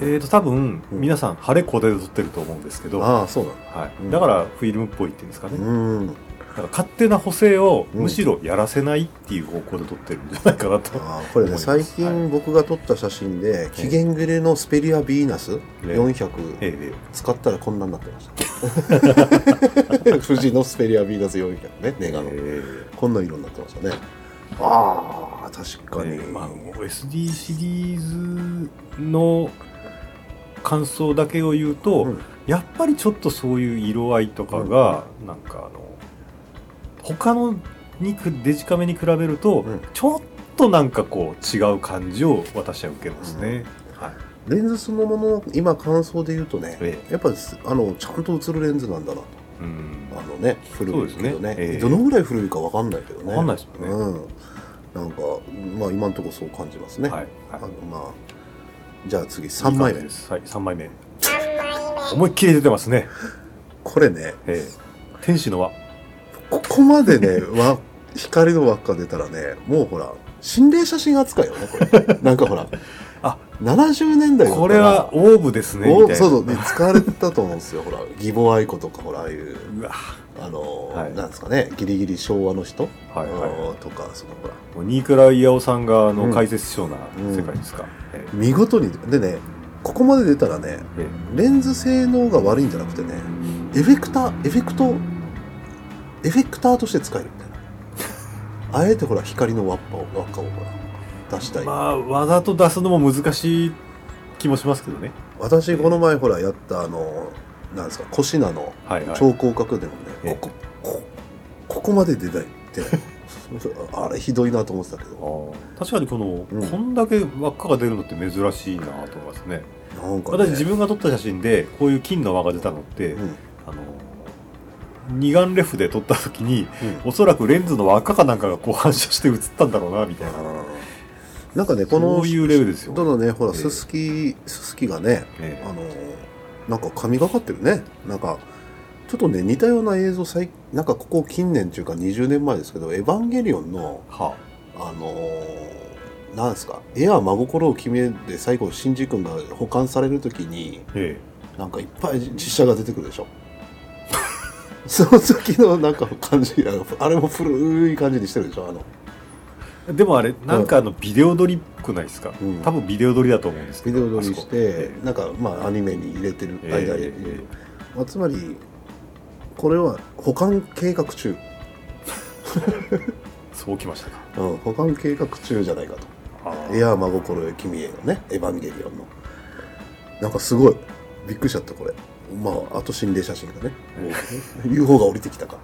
Speaker 2: えー、と多分
Speaker 1: うん
Speaker 2: 皆さん晴れこで撮ってると思うんですけど、は
Speaker 1: ああ、そうなんだ。う
Speaker 2: い、
Speaker 1: ん
Speaker 2: だからフィルムっぽいっていうんですかね、
Speaker 1: うん。
Speaker 2: だから勝手な補正を
Speaker 1: うん
Speaker 2: むしろやらせないっていう方向で撮ってるんじゃないかなと、
Speaker 1: ああこれね
Speaker 2: 思います
Speaker 1: 最近僕が撮った写真で、期限切れのスペリアヴィーナス400、
Speaker 2: ええ
Speaker 1: 使ったらこんなになってました 富士のスペリアヴィーナス400ねネガの、
Speaker 2: え
Speaker 1: こんな色になってましたねああ確かに、
Speaker 2: えまあ、もう SD シリーズの感想だけを言うと、
Speaker 1: うん
Speaker 2: やっぱりちょっとそういう色合いとかが、なんかあの他のにくデジカメに比べると、
Speaker 1: うん
Speaker 2: ちょっとなんかこう違う感じを私は受けますね、はい
Speaker 1: レンズそのものの今感想で言うとね、
Speaker 2: え
Speaker 1: やっぱすあのちゃんと映るレンズなんだなと
Speaker 2: えうん
Speaker 1: あのね古いけど
Speaker 2: そう
Speaker 1: ね
Speaker 2: ですねええ
Speaker 1: どのぐらい古いかわかんないけどね
Speaker 2: わかんないですよね
Speaker 1: うん、なんかまあ今のところそう感じますね、
Speaker 2: はい、は
Speaker 1: あ
Speaker 2: い
Speaker 1: のまあじゃあ次3枚
Speaker 2: いい感じ
Speaker 1: 目
Speaker 2: です。はい、三枚目。
Speaker 3: 3枚目
Speaker 2: 思いっきり出てますね。
Speaker 1: これね
Speaker 2: ええ天使の輪。
Speaker 1: ここまでね、 わ光の輪っか出たらね、もうほら、心霊写真扱いよね、これ。 なんかほら、
Speaker 2: あ、
Speaker 1: 70年代だったら
Speaker 2: これは、オーブですね。みたい
Speaker 1: お
Speaker 2: な
Speaker 1: そうそう、ね、使われてたと思うんですよ、ほら、義母愛子とか、ほら、ああいう、
Speaker 2: うわ。
Speaker 1: あの、
Speaker 2: はい
Speaker 1: なんですかね、ギリギリ昭和の人、
Speaker 2: はいはい
Speaker 1: あのとか、そのほら、
Speaker 2: もうニークライアオさんがあ
Speaker 1: う
Speaker 2: の
Speaker 1: ん
Speaker 2: 解説しそうな世界ですか。え
Speaker 1: 見事に、でね、ここまで出たらね、
Speaker 2: ええ
Speaker 1: レンズ性能が悪いんじゃなくてね、エフェクター、エフェクト、エフェクターとして使えるみたいな。あえてほら、光の輪っかを、輪っかをほら、出した
Speaker 2: え
Speaker 1: い。
Speaker 2: まあわざと出すのも難しい気もしますけどね。
Speaker 1: 私この前ほらやったあのなんですかコシナの
Speaker 2: はいはい。
Speaker 1: 超広角でも
Speaker 2: ええ
Speaker 1: ねこここここまで 出ないってあれひどいなと思ってたけ
Speaker 2: あ
Speaker 1: ど
Speaker 2: ー確かにこの、
Speaker 1: うん
Speaker 2: こんだけ輪っかが出るのって珍しいなと思いますね
Speaker 1: なんか、ね、
Speaker 2: 私自分が撮った写真でこういう金の輪が出たのって、
Speaker 1: うんうん
Speaker 2: あの二眼レフで撮った時におそらくレンズの輪っかかなんかがこう反射して映ったんだろうなみたいな
Speaker 1: なんかねこの
Speaker 2: そういうレベルですよ、
Speaker 1: どのねほら
Speaker 2: ええ
Speaker 1: すすきすすきがね
Speaker 2: え
Speaker 1: あのなんか神がかってるねなんかちょっとね似たような映像最なんかここ近年というか20年前ですけど「エヴァンゲリオン」の
Speaker 2: えは
Speaker 1: あのーなんですか、絵は真心を決めで最後、シンジ君が保管されるときに、
Speaker 2: あえ
Speaker 1: なんかいっぱい実写が出てくるでしょ。 その時のなんか感じ、あのあれも古い感じにしてるでしょ、あの、
Speaker 2: えでもあれなんかあのビデオ撮りっぽくないですか、
Speaker 1: うん
Speaker 2: 多分ビデオ撮りだと思うんですけ
Speaker 1: ビ
Speaker 2: ど
Speaker 1: デオ撮り
Speaker 2: あ
Speaker 1: し
Speaker 2: そこ
Speaker 1: て
Speaker 2: え、
Speaker 1: なんかまあアニメに入れてる
Speaker 2: え
Speaker 1: 間に、
Speaker 2: ええ
Speaker 1: まあつまり、これは保管計画中、
Speaker 2: えそうきましたか
Speaker 1: うん、保管計画中じゃないかと。
Speaker 2: あ
Speaker 1: いや真心よ君へのねエヴァンゲリオンのなんかすごいびっくりしちゃったこれまああと心霊写真がねもう UFO が降りてきたか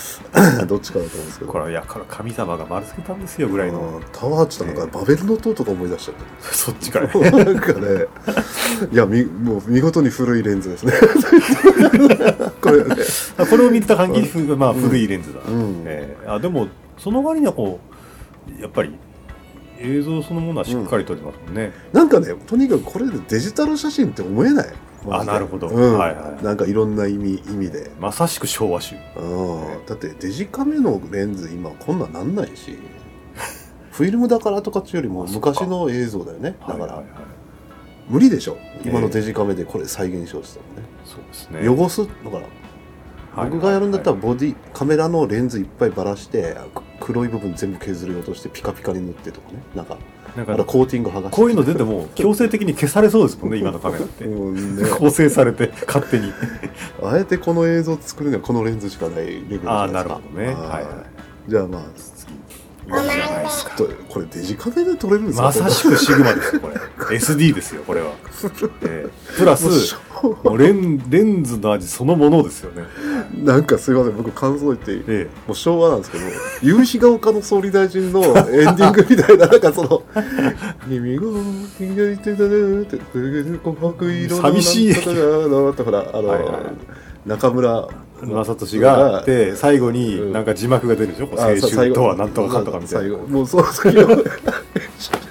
Speaker 1: どっちかだと思うんですけど
Speaker 2: これはやから神様が丸つけたんですよぐらいの、
Speaker 1: うんタワーハッチとなんかバベルの塔とか思い出しちゃっ
Speaker 2: そっちから、
Speaker 1: たなんかねいやみもう見事に古いレンズ ですねこれね
Speaker 2: あこれを見てた感じ、ふまあ、古いレンズだ、
Speaker 1: うん
Speaker 2: ええあでもその割にはこうやっぱり映像そのものはしっかり撮りますもんね、
Speaker 1: なんかねとにかくこれでデジタル写真って思えないマジで
Speaker 2: あなるほど
Speaker 1: うん
Speaker 2: はいはい
Speaker 1: なんかいろんな意味意味で
Speaker 2: まさしく昭和集
Speaker 1: うんだってデジカメのレンズ今こんなんなんないしフィルムだからとかっていうよりも
Speaker 2: あそっか
Speaker 1: 昔の映像だよねだから、
Speaker 2: はいはいはい
Speaker 1: 無理でしょ今のデジカメでこれ再現しようとしてもね、
Speaker 2: そうですね
Speaker 1: 汚すだから僕がやるんだったらボディカメラのレンズいっぱいばらしてく黒い部分全部削り落としてピカピカに塗ってとかねなんか
Speaker 2: なん
Speaker 1: まだ
Speaker 2: か
Speaker 1: コーティング剥がして
Speaker 2: こういうの出ても強制的に消されそうですもんね今のカメラって
Speaker 1: うんね
Speaker 2: 構成されて勝手に
Speaker 1: あえてこの映像作るにはこのレンズしかないレベルじゃ
Speaker 2: あ
Speaker 1: な
Speaker 2: あ
Speaker 1: いですか
Speaker 2: なるほどね
Speaker 1: あー
Speaker 2: はいはい
Speaker 1: じゃあまあ
Speaker 2: 次今じゃないですか
Speaker 1: ちょっとこれデジカメで撮れるんですか
Speaker 2: まさしくシグマですよこれ SD ですよこれは、えープラ
Speaker 1: もうし
Speaker 2: ス
Speaker 1: ょ
Speaker 2: もうレンレンズの味そのものですよね
Speaker 1: なんかすいません僕感想言っていい
Speaker 2: え
Speaker 1: もう昭和なんですけど夕日が丘の総理大臣のエンディングみたいななんかその「耳が開いてたね」って「琥珀色の
Speaker 2: 寂しい
Speaker 1: なんとかだな」ってほらあの、
Speaker 2: はいはいはい
Speaker 1: 中村
Speaker 2: え正俊があって最後
Speaker 1: う
Speaker 2: に
Speaker 1: ん
Speaker 2: なんか字幕が出るでしょ、こう
Speaker 1: あ
Speaker 2: 青
Speaker 1: そう最
Speaker 2: 春
Speaker 1: 後
Speaker 2: とはなんとかかんとかみたい
Speaker 1: 最
Speaker 2: な
Speaker 1: 後もうその時の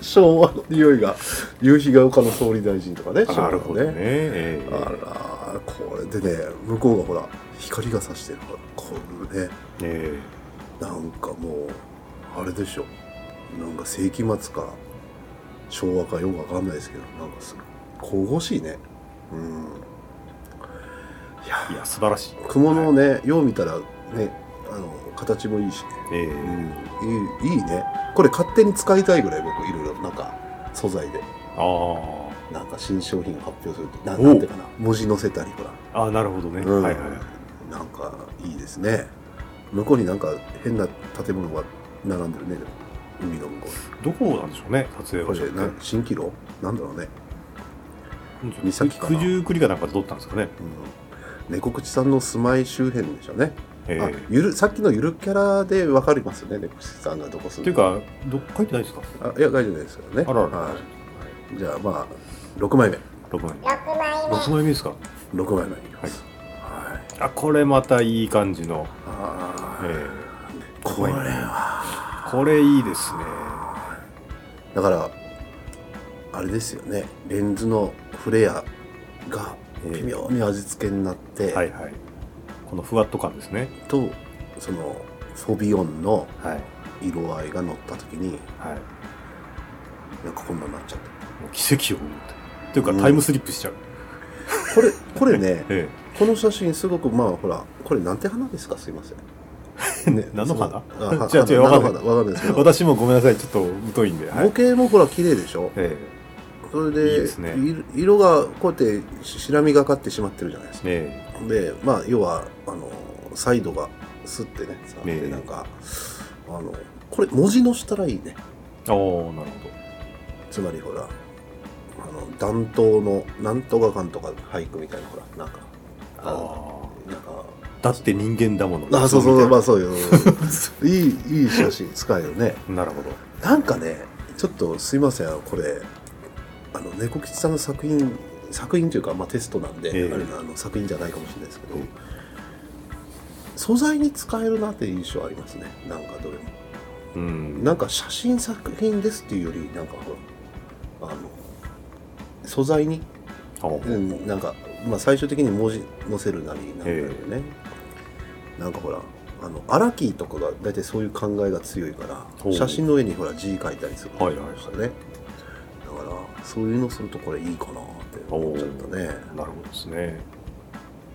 Speaker 1: 昭和の匂いが夕日が丘の総理大臣とかね
Speaker 2: なるほどね、え
Speaker 1: 昭和のねあらこれでね向こうがほら光が差してるからこれね
Speaker 2: ええ
Speaker 1: なんかもうあれでしょなんか世紀末か昭和かよくわかんないですけどなんかすごい神々しいねうんいや
Speaker 2: えいや素晴らしい、
Speaker 1: 雲のね、よう見たらねあの形もいいしね
Speaker 2: ええ
Speaker 1: うん、いいいいねこれ勝手に使いたいぐらい僕いろいろなんか素材で
Speaker 2: ああ
Speaker 1: なんか新商品を発表するとな
Speaker 2: おう
Speaker 1: なんていうかな文字載せたりほら
Speaker 2: ああなるほどね、
Speaker 1: うん
Speaker 2: はいはいはい
Speaker 1: なんかいいですね向こうになんか変な建物が並んでるねでも海の向こう
Speaker 2: どこなんでしょうね撮影
Speaker 1: こ
Speaker 2: 場所っ
Speaker 1: れ
Speaker 2: て
Speaker 1: な新規路なんだろうね、
Speaker 2: うん
Speaker 1: 岬かな
Speaker 2: 九十九里かなんかで撮ったんですかね、
Speaker 1: うん、猫口さんの住まい周辺でしょうね、
Speaker 2: ええ
Speaker 1: あゆるさっきのゆるキャラで分かりますよね猫口さんがどこ住んで
Speaker 2: っていうかど書いてないですか
Speaker 1: あいや大丈夫ですよね
Speaker 2: あらら
Speaker 1: はい、じゃあまあ6枚目
Speaker 2: 六枚目
Speaker 3: 6枚目
Speaker 2: 六枚目ですか
Speaker 1: 6枚目いきます、はい
Speaker 2: あこれまたいい感じの、
Speaker 1: あ
Speaker 2: え
Speaker 1: ー
Speaker 2: え
Speaker 1: これは
Speaker 2: これいいですね
Speaker 1: だからあれですよねレンズのフレアが微妙に味付けになって、
Speaker 2: はいはいこのふわっと感ですね
Speaker 1: とそのフォビオンの
Speaker 2: はい
Speaker 1: 色合いが乗った時に
Speaker 2: はいも
Speaker 1: なんかこんなになっちゃった
Speaker 2: う奇跡を生むっていうか
Speaker 1: うん
Speaker 2: タイムスリップしちゃう、
Speaker 1: これこれね
Speaker 2: え
Speaker 1: この写真すごくまあほらこれなんて花ですかすいません、ね
Speaker 2: 何の花
Speaker 1: そあは
Speaker 2: 違う違う
Speaker 1: 花
Speaker 2: わかんない
Speaker 1: 菜わかんないです
Speaker 2: え
Speaker 1: けど
Speaker 2: 私もごめんなさいちょっと疎いんで、は
Speaker 1: 模
Speaker 2: い
Speaker 1: 型もほら綺麗でしょ
Speaker 2: え
Speaker 1: それで
Speaker 2: いいですね
Speaker 1: い色がこうやってし白みがかってしまってるじゃないですか
Speaker 2: ええ
Speaker 1: でまあ要はあのサイドがすってねさ
Speaker 2: え
Speaker 1: で
Speaker 2: え
Speaker 1: なんか、あのこれ文字のしたらいいね
Speaker 2: えおおなるほ
Speaker 1: つまりほらあの弾頭のなんとかかんとか俳句みたいなほらなんかあ
Speaker 2: どあ
Speaker 1: なんか
Speaker 2: あだって人間だもの
Speaker 1: あそうそうそうまあそういう
Speaker 2: そ
Speaker 1: いいいい写真使えるね
Speaker 2: うなるほど
Speaker 1: なんかねちょっとすいませんこれあの猫吉さんの作品作品というか、まあ、テストなんで、
Speaker 2: ええ
Speaker 1: あれなあの作品じゃないかもしれないですけど、素材に使えるなっていう印象ありますねなんかどれも
Speaker 2: うん
Speaker 1: なんか写真作品ですっていうよりなんかほらあの素材に、
Speaker 2: あー
Speaker 1: うん、なんか、まあ、最終的に文字載せるなりなんだよね、なんかほらあのアラキーとかが大体そういう考えが強いか
Speaker 2: ほ
Speaker 1: ら
Speaker 2: う
Speaker 1: 写真の上にほら字書いたりする
Speaker 2: はいはいはい
Speaker 1: からねだからそういうのするとこれいいかなって思っちゃったね
Speaker 2: なるほどですね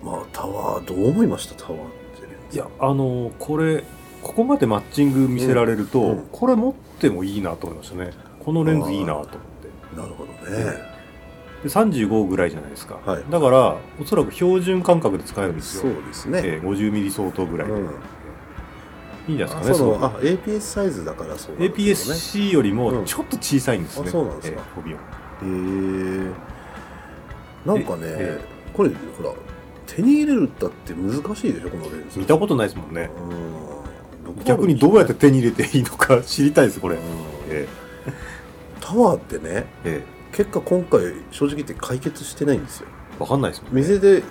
Speaker 1: まあタワーどう思いましたタワーってね
Speaker 2: いやあのこれここまでマッチング見せられると、
Speaker 1: うんうん
Speaker 2: これ持ってもいいなと思いましたねこのレンズいいなと思って
Speaker 1: なるほどね、
Speaker 2: で35ぐらいじゃないですか、
Speaker 1: はい
Speaker 2: だからおそらく標準感覚で使えるんです
Speaker 1: そ
Speaker 2: よ、
Speaker 1: うですね、
Speaker 2: えー、50ミリ相当ぐらいで、
Speaker 1: うん
Speaker 2: いいんじゃない
Speaker 1: あ
Speaker 2: ですかね
Speaker 1: その
Speaker 2: その
Speaker 1: あ APS サイズだからそうなんですね
Speaker 2: APS-C より
Speaker 1: う
Speaker 2: も
Speaker 1: ん
Speaker 2: ちょっと小さいんですね、
Speaker 1: あそうなんですか
Speaker 2: えーフォビオン
Speaker 1: へえなんかね、
Speaker 2: え
Speaker 1: これほら手に入れるだって難しいでしょこのレンズ
Speaker 2: 見たことないですもんね
Speaker 1: うん
Speaker 2: 逆にどうやって手に入れていいのか知りたいですこれ、
Speaker 1: うん
Speaker 2: え
Speaker 1: タワーってね
Speaker 2: ーえ
Speaker 1: 結果今回正直言って解決してないんですよ
Speaker 2: ー、分かんないですもんね
Speaker 1: 店で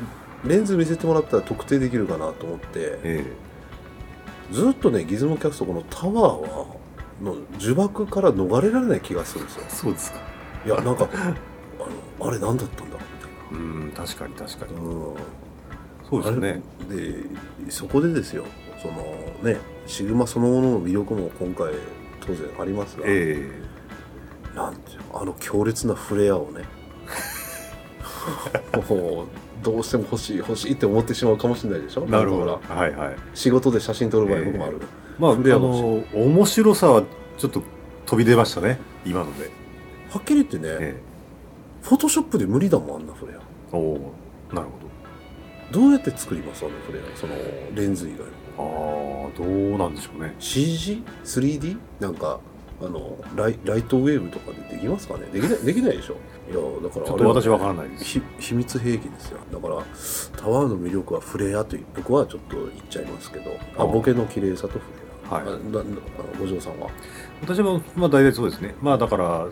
Speaker 1: レンズ見せてもらったら特定できるかなと思って
Speaker 2: え
Speaker 1: ずっとねギズモキャストこのタワーはの呪縛から逃れられない気がするんですよ
Speaker 2: ー、そうですか
Speaker 1: いやなんかあのあれ何だったんだろうみたいな
Speaker 2: うん確かに確かに
Speaker 1: うん
Speaker 2: そうですね
Speaker 1: あれでそこでですよそのねシグマそのものの魅力も今回当然ありますが、
Speaker 2: ええ
Speaker 1: なんていうのあの強烈なフレアをね もうどうしても欲しい欲しいって思ってしまうかもしれないでしょ
Speaker 2: なるほ
Speaker 1: だ
Speaker 2: ど。
Speaker 1: から
Speaker 2: はいはい。
Speaker 1: 仕事で写真撮る場合僕もある、
Speaker 2: まあ、あ
Speaker 1: それは面
Speaker 2: の、面白さはちょっと飛び出ましたね、今ので。
Speaker 1: はっきり言ってね、
Speaker 2: え
Speaker 1: フォトショップで無理だもんあんなフレア
Speaker 2: えおおなる
Speaker 1: どうやって作りますあのフレアそのレンズ以外の
Speaker 2: ほど。ああ、どうなんでしょうね。
Speaker 1: CG3D なんかあのライライトウェーブとかでできますかねできないできないでしょいやだから
Speaker 2: ちょ
Speaker 1: あ
Speaker 2: っ
Speaker 1: れ
Speaker 2: と
Speaker 1: は
Speaker 2: 私わからないです。
Speaker 1: ひ秘密兵器ですよだからタワーの魅力はフレアという僕はちょっと言っちゃいますけど
Speaker 2: あ
Speaker 1: あボケの綺麗さとフレア、
Speaker 2: はい
Speaker 1: あななあお嬢さんは
Speaker 2: 私も、まあ、大体そうですね。まあ、だから、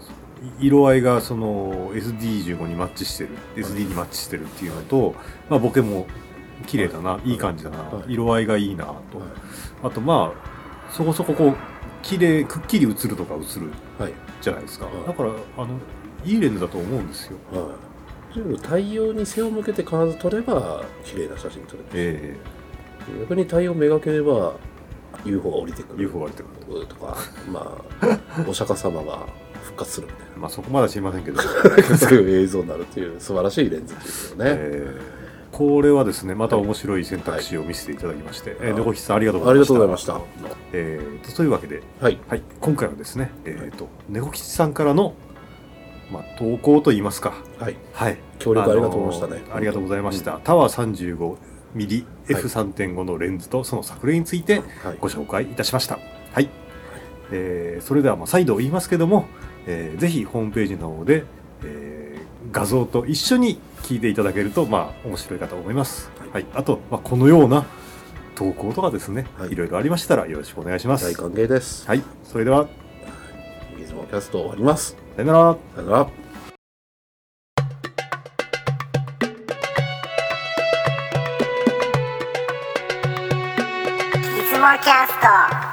Speaker 2: い色合いがその SD15 にマッチしてる、SD にマッチしてるっていうのと、まあ、ボケも綺麗だな、いい感じだな
Speaker 1: は、い
Speaker 2: 色合いがいいなと。あと、まあ、そこそここう、綺麗、くっきり映るとか映る
Speaker 1: はい、はい
Speaker 2: じゃないですか
Speaker 1: はい。
Speaker 2: だから、あの、いいレンズだと思うんですよ。
Speaker 1: はい、全部太陽に背を向けて必ず撮れば綺麗な写真撮れる
Speaker 2: え
Speaker 1: 逆に太陽めがければ UFO が降りてく
Speaker 2: え
Speaker 1: る
Speaker 2: UFO が出てくる
Speaker 1: とかまあお釈迦様が復活するみたいな
Speaker 2: と。まあ、そこまでは知りませんけど。
Speaker 1: そういう映像になるという素晴らしいレンズですよね、
Speaker 2: えーこれはですね、また面白い選択肢を見せていただきまして、
Speaker 1: い
Speaker 2: えー猫、ひ、さんありがとうご
Speaker 1: あ
Speaker 2: ざい
Speaker 1: り
Speaker 2: ま
Speaker 1: が
Speaker 2: した。
Speaker 1: とうございました
Speaker 2: えーとそういうわけで、
Speaker 1: はい
Speaker 2: はい、今回はですね、えーと猫吉さんからの、まあ、投稿といいますか、
Speaker 1: はい
Speaker 2: はい、
Speaker 1: 協力ありがとうございましたね
Speaker 2: あのーありがとうございました、タワー 35mmF3.5 のレンズとその作例について
Speaker 1: はい
Speaker 2: ご紹介いたしました。はい、えーそれではまあ再度言いますけども、えーぜひホームページの方で、えー画像と一緒に聞いていただけるとまあ面白いかと思います。
Speaker 1: は
Speaker 2: はいい、あと、まあ、このような投稿とかですね、
Speaker 1: はい
Speaker 2: い、ろいろありましたらよろしくお願いします。
Speaker 1: 大歓迎です、
Speaker 2: はい、それでは
Speaker 1: い、ギズモキャスト終わります
Speaker 2: さよなら。
Speaker 1: さよなら
Speaker 3: いつもキャスト